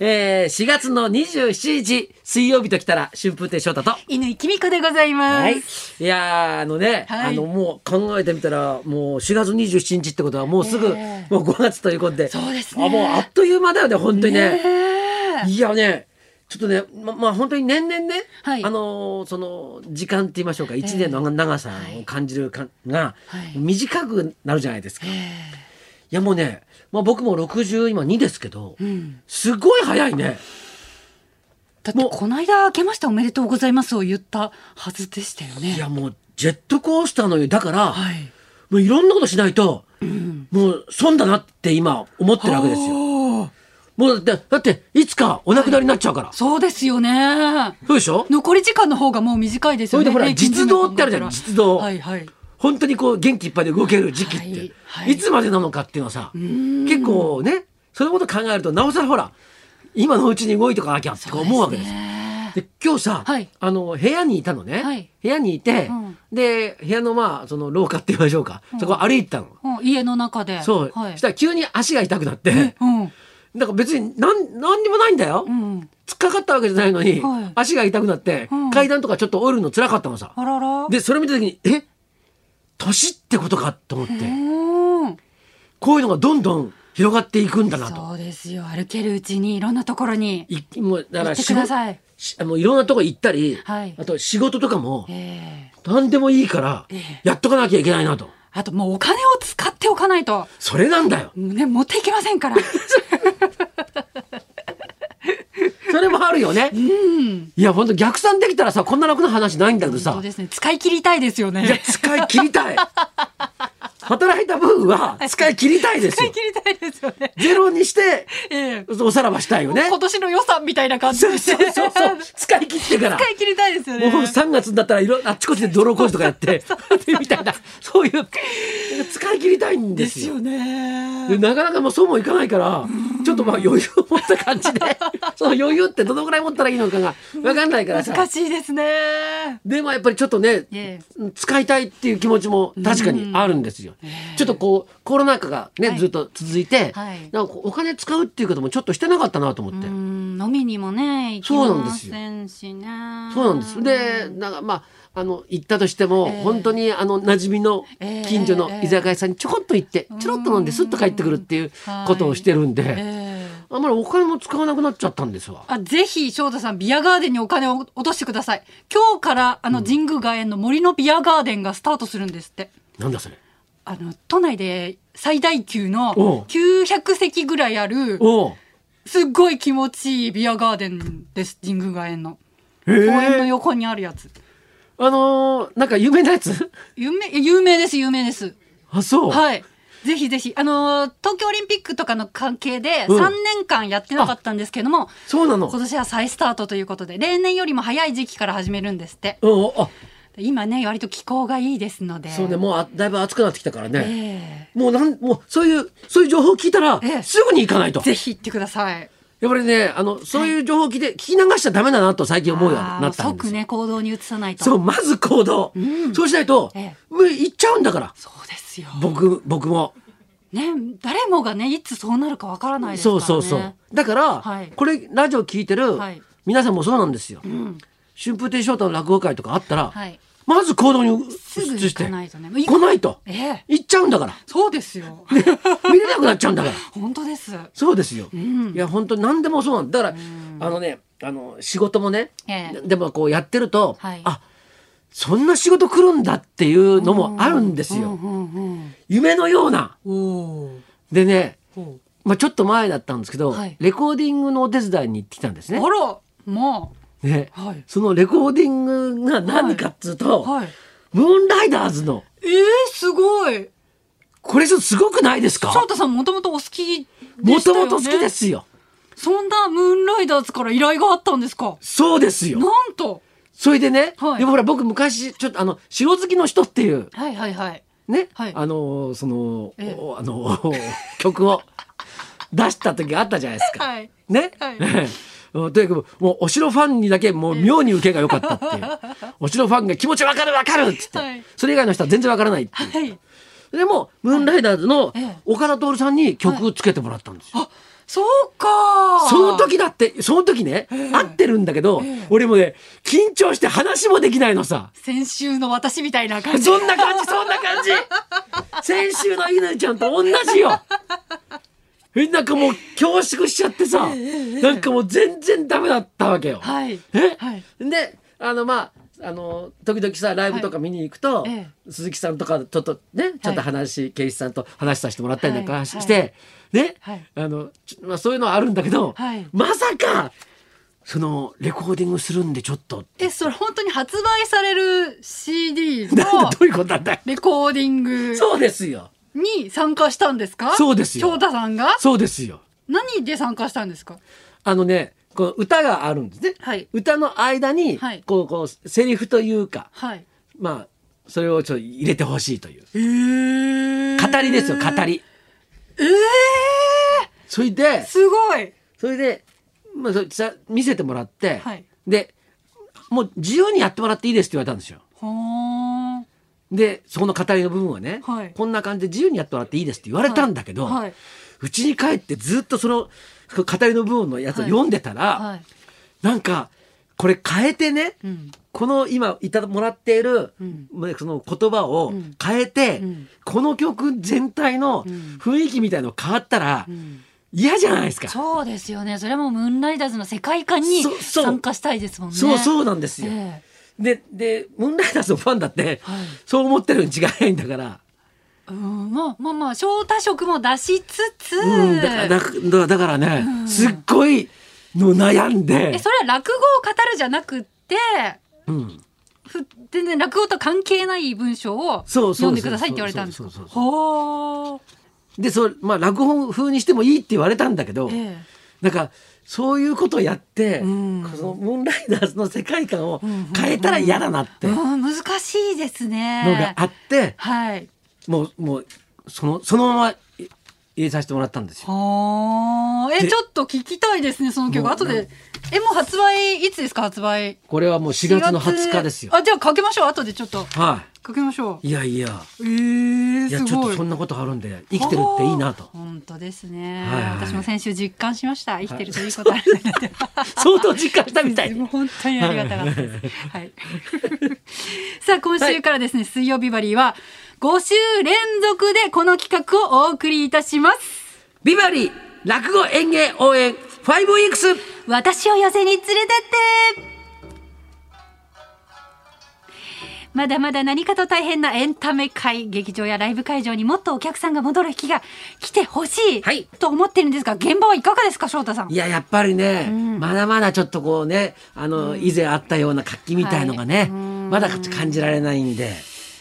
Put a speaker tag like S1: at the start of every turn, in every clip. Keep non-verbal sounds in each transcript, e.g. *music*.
S1: えー、4月の27日、水曜日ときたら、春風亭昇太と。
S2: 犬井君子でございます。
S1: はい。いやーあのね、あ
S2: はい
S1: の、もう考えてみたら、もう4月27日ってことは、もうすぐ、
S2: え
S1: もう5月ということで。
S2: そうですね
S1: あ、もうあっという間だよね、本当にね。
S2: ねえ
S1: いやね、ちょっとね、ま、まあ本当に年々ね、
S2: はい
S1: あのーその時間って言いましょうか、一年の長さを感じるかんが
S2: はい
S1: 短くなるじゃないですか。
S2: え
S1: い、やもうね、まあ僕も60今2ですけど、
S2: えうん。
S1: すごい早いね。
S2: だって
S1: もう
S2: この間明けましておめでとうございますを言ったはずでしたよね。
S1: いやもうジェットコースターのようにだから、
S2: はい。
S1: もういろんなことしないと、もう損だなって今思ってるわけですよ。
S2: よ。
S1: もうだって、だっていつかお亡くなりになっちゃうから。
S2: そうですよね。
S1: そうでしょ
S2: 残り時間の方がもう短いですよね。
S1: それでほら
S2: 平均寿命
S1: 実動ってあるじゃん
S2: 考えたら
S1: 実動
S2: はいはい。
S1: 本当にこう元気いっぱいで動ける時期って、
S2: はい
S1: い
S2: はい
S1: つまでなのかっていうのはさ結構ねそういうこと考えるとなおさらほら今のうちに動いとかなきゃとか思うわけです。で
S2: ね
S1: 今日さ、
S2: はい
S1: あの部屋にいたのね、
S2: はい
S1: 部屋にいて、
S2: うん
S1: で部屋のまあその廊下って言いましょうか、そこ歩いてたの。
S2: うん家の中で。
S1: そう、
S2: はい
S1: し。たら急に足が痛くなって、
S2: うん。
S1: だから別になんなんにもないんだよ、
S2: うん。
S1: 突っかかったわけじゃないのに、
S2: はい
S1: 足が痛くなって、
S2: うん
S1: 階段とかちょっと降りるの辛かったのさ。
S2: あらら。
S1: でそれ見た時にえ年ってことかと思って、
S2: うん。
S1: こういうのがどんどん広がっていくんだなと。
S2: そうですよ。歩けるうちにいろんなところに。
S1: いもうだか
S2: 行っ
S1: ら
S2: て
S1: 仕
S2: くだ
S1: 事
S2: さい。
S1: しもういろんなとこ行ったり、
S2: はい
S1: あと仕事とかも
S2: ええ
S1: 何でもいいから
S2: ええ
S1: やっとかなきゃいけないなと。
S2: あともうお金を使っておかないと、
S1: それなんだよ。
S2: ね、持っていけませんから。
S1: それもあるよね。
S2: うん。
S1: いや本当逆算できたらさこんな楽な話ないんだけど
S2: そ
S1: *laughs*
S2: う
S1: さ。
S2: ですね。使い切りたいですよね。
S1: いや使い切りたい。働いた分は使い切りたいです
S2: 使
S1: よ
S2: い。切りたいですよね。
S1: ゼロにして
S2: ええ
S1: おさらばしたいよね。
S2: 今年の予算みたいな感じ
S1: そう
S2: で。
S1: そうそうそう使い切ってから。
S2: 使い切りたいですよね。
S1: もう3月になったらいろあっちこっちで泥工事とかやってみたいなそういう使い切りたいんで
S2: ですす
S1: よ。
S2: よ
S1: で
S2: ね。
S1: なかなかもうそうもいかないからちょっとまあ余裕を持った感
S2: *laughs*
S1: じでその余裕ってどのぐらい持ったらいいのかが分かんないから
S2: 難
S1: さ
S2: しいですね。
S1: でもやっぱりちょっとね
S2: え
S1: 使いたいっていう気持ちも確かにあるんですよ。ちょっとこうコロナ禍がね
S2: はい
S1: ずっと続いて
S2: はい
S1: なんかこうお金使うっていうこともちょっとしてなかったなと思って
S2: う。ん、飲みにもね、行き
S1: そうなん
S2: ま
S1: ですよ
S2: せんしね。
S1: そうなんです。で、なんかまあ、あの、行ったとしても、
S2: ええ
S1: 本当にあの、馴染みの
S2: ええ
S1: 近所の居酒屋さんにちょこっと行って、ちょろっと飲んでスッと帰ってくるっていうことをしてるん
S2: え
S1: で、
S2: え
S1: あんまりお金も使わなくなっちゃったんですわ。
S2: あぜひ翔太さんビアガーデンにお金を落としてください今日からあの神宮外苑の森のビアガーデンがスタートするんですって
S1: なんだそれ。
S2: あの都内で最大級の
S1: おう
S2: 900席ぐらいある
S1: おう
S2: すっごい気持ちいいビアガーデンです神宮外苑の
S1: へ
S2: 公園の
S1: え。
S2: 横にあるやつ
S1: あのーなんか有名なやつ
S2: 有名え有名です有名です
S1: あ、そう。
S2: はいぜひぜひあのー東京オリンピックとかの関係で
S1: うん
S2: 3年間やってなかったんですけども、
S1: そうなの。
S2: 今年は再スタートということで例年よりも早い時期から始めるんですって
S1: うん、あ、
S2: 今ね割と気候がいいですので
S1: そうね、もうあだいぶ暑くなってきたからね。
S2: え
S1: もうなん、もうそういう、そういう情報を聞いたら
S2: ええ、
S1: すぐに行かない
S2: え
S1: と。
S2: ぜひ行ってください
S1: やっぱりね、あの、そういう情報を聞いて、聞き流しちゃダメだなと最近思うようになったんです
S2: 即
S1: よ。
S2: ね行動に移さないと
S1: そう、まず行動。そうしないと、
S2: え
S1: もう行っちゃうんだから。
S2: そうですよ
S1: 僕、僕も。
S2: ね誰もがねいつそうなるかわからないですから
S1: そ
S2: ね
S1: うそうそう。だから、
S2: はい
S1: これ、ラジオ聞いてる、
S2: はい
S1: 皆さんもそうなんですよ。
S2: ん
S1: 春風亭昇太の落語会とかあったら、
S2: はい
S1: まず行動に移
S2: すぐ行
S1: して。
S2: か
S1: 来
S2: ないとね行か
S1: ないと。
S2: ええ
S1: 行っちゃうんだから。
S2: そうですよ
S1: 見れなくなっちゃうんだから。
S2: 本当です
S1: そうですよ。
S2: ん
S1: いや、本当何でもそうなんだ。だから、あのね、あの、仕事もね、
S2: ええ
S1: でもこうやってると、
S2: はい
S1: あ、そんな仕事来るんだっていうのもあるんですよ。
S2: うんうん
S1: 夢のような。
S2: おお
S1: でね、
S2: ー
S1: まあ、ちょっと前だったんですけど、
S2: はい
S1: レコーディングのお手伝いに行ってきたんですね
S2: あ。らま
S1: ね
S2: あはい
S1: そのレコーディングが何かっつうと、
S2: はい
S1: ムーンライダーズの
S2: ええすごい
S1: これちょっとすごくないですか
S2: 翔太さんもともとお好きで
S1: も
S2: した
S1: と
S2: よね
S1: もと好きですよ。
S2: そんなムーンライダーズから依頼があったんですか
S1: そうですよ。
S2: なんと
S1: それでね、
S2: はい
S1: でもほら僕昔ちょっとあの城好きの人っていう
S2: はいはいはい。
S1: ね、
S2: はい
S1: あのーその、
S2: ええ
S1: おあの *laughs* ー曲を出した時があったじゃないですか。
S2: はい
S1: ね、
S2: はい
S1: *laughs* うんとにかくもうお城ファンにだけもう妙に受けが良かったっていう、お城ファンが気持ちわかるわかるっつって、
S2: はい
S1: それ以外の人は全然わからないっていう
S2: はい。
S1: でもムーンライダーズの
S2: ええ
S1: 岡田徹さんに曲つけてもらったんですよ。
S2: あ、そうか
S1: その時だってその時ね、合ってるんだけど、俺もね緊張して話もできないのさ
S2: 先週の私みたいな感
S1: *laughs*
S2: じ
S1: そんな感じそんな感じ先週の犬ちゃんと同じよえなんかもう恐縮しちゃってさなんかもう全然ダメだったわけよ。
S2: はい
S1: え、
S2: はい
S1: であのまああの時々さライブとか見に行くと、
S2: はいえ
S1: 鈴木さんとかちょっとねちょっと話、圭一さんと話させてもらったりなん
S2: は
S1: か
S2: い
S1: して、ね、
S2: はい
S1: あのちょまあ、そういうのはあるんだけど、
S2: はい
S1: まさかそのレコーディングするんでちょっと
S2: えそれ本当に発売される CD
S1: なん
S2: の
S1: だどういうことなんだよ。
S2: レコーディング
S1: そうですよ
S2: に参加したんですか
S1: そうですよ
S2: 翔太さん *laughs* が
S1: そうですよ。
S2: 何で参加したんですか
S1: あのねこう歌があるんですね、
S2: はい
S1: 歌の間に
S2: はい
S1: こうこうセリフというか
S2: はい
S1: まあそれをちょっと入れてほしいという
S2: えー
S1: 語りですよ語り。
S2: え
S1: それで
S2: ー、すごい
S1: それで、まあ、そさ見せてもらって、
S2: はい
S1: でもう自由にやってもらっていいですって言われたんですよ。
S2: ほーん
S1: でそこの語りの部分はね、
S2: はい
S1: こんな感じで自由にやってもらっていいですって言われたんだけど、
S2: はいはいう
S1: ちに帰ってずっとその語りの部分のやつを
S2: はい
S1: 読んでたら、
S2: はい
S1: なんかこれ変えてね、
S2: うん
S1: この今いただもらっている、
S2: うん
S1: まあその言葉を
S2: うん
S1: 変えて、
S2: うん
S1: この曲全体の
S2: ん
S1: 雰囲気みたいの変わったら、
S2: うん
S1: 嫌じゃないですか。
S2: そうですよねそれはもうムーンライダーズの世界観に
S1: そそう
S2: 参加したいですもんね
S1: そうそううなんですよ。
S2: え
S1: で、で、ムーンライダーズのファンだって、
S2: はい
S1: そう思ってるに違いないんだから。
S2: えうんまあまあまあ翔太色も出しつつ、
S1: うん、だから、だからだからね、すっごいの悩んで
S2: え、それは落語を語るじゃなくって
S1: うん、
S2: ふ全然落語と関係ない文章を
S1: そうそう
S2: 読んでくださいって言われたんですか
S1: そうそうそう
S2: ほー
S1: で、そう、まあ、落本風にしてもいいって言われたんだけど、
S2: え
S1: なんか、そういうことをやって、
S2: うん
S1: このムーンライダーズの世界観を変えたら嫌だなって
S2: えう
S1: の
S2: ん難しいですね
S1: があって、
S2: はい
S1: もう、もう、その、そのまま入れさせてもらったんですよ。
S2: ほーえ
S1: で
S2: ちょっと聞きたいですねその曲
S1: もう
S2: 後でえもう発売いつですか発売
S1: これはもう4月の20日ですよ。
S2: あじゃあかけましょう後でちょっと
S1: は
S2: かけましょう
S1: い。いやいや。
S2: えー、
S1: いや
S2: す
S1: ちょっ
S2: ご
S1: と
S2: い
S1: そんなことあるんで生きてるっていいなと
S2: 本当ですね、
S1: はいはい
S2: 私も先週実感しました生きてるということあるなって
S1: 相当実感したみたい
S2: もう本当にありがたかったで
S1: *laughs*
S2: す。はい。さあ、今週からですね、水曜日バリーは、5週連続でこの企画をお送りいたします。
S1: ビバリー落語演芸応援5ウィークス
S2: 私を寄せに連れてってまだまだ何かと大変なエンタメ界、劇場やライブ会場にもっとお客さんが戻る日が来てほしい、
S1: はい
S2: と思ってるんですが、現場はいかがですか、翔太さん
S1: い。ややっぱりね、まだまだちょっとこうねあの、以前あったような活気みたいのがね、まだ感じられないんで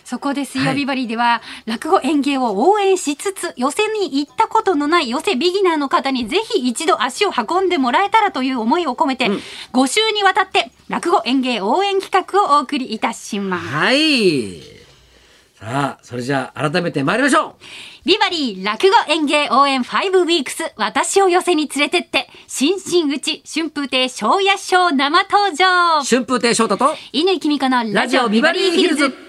S2: そこで水曜日バリーでは、落語演芸を応援しつつ、寄席に行ったことのない寄席ビギナーの方にぜひ一度足を運んでもらえたらという思いを込めて、5週にわたって落語演芸応援企画をお送りいたします。
S1: はいさあそれじゃあ改めて参りましょう
S2: ビバリー落語演芸応援5ウィークス、私を寄席に連れてって、新進口春風亭昇也賞生登場。
S1: 春風亭昇太と
S2: 犬井君子のラジオビバリーヒルズ。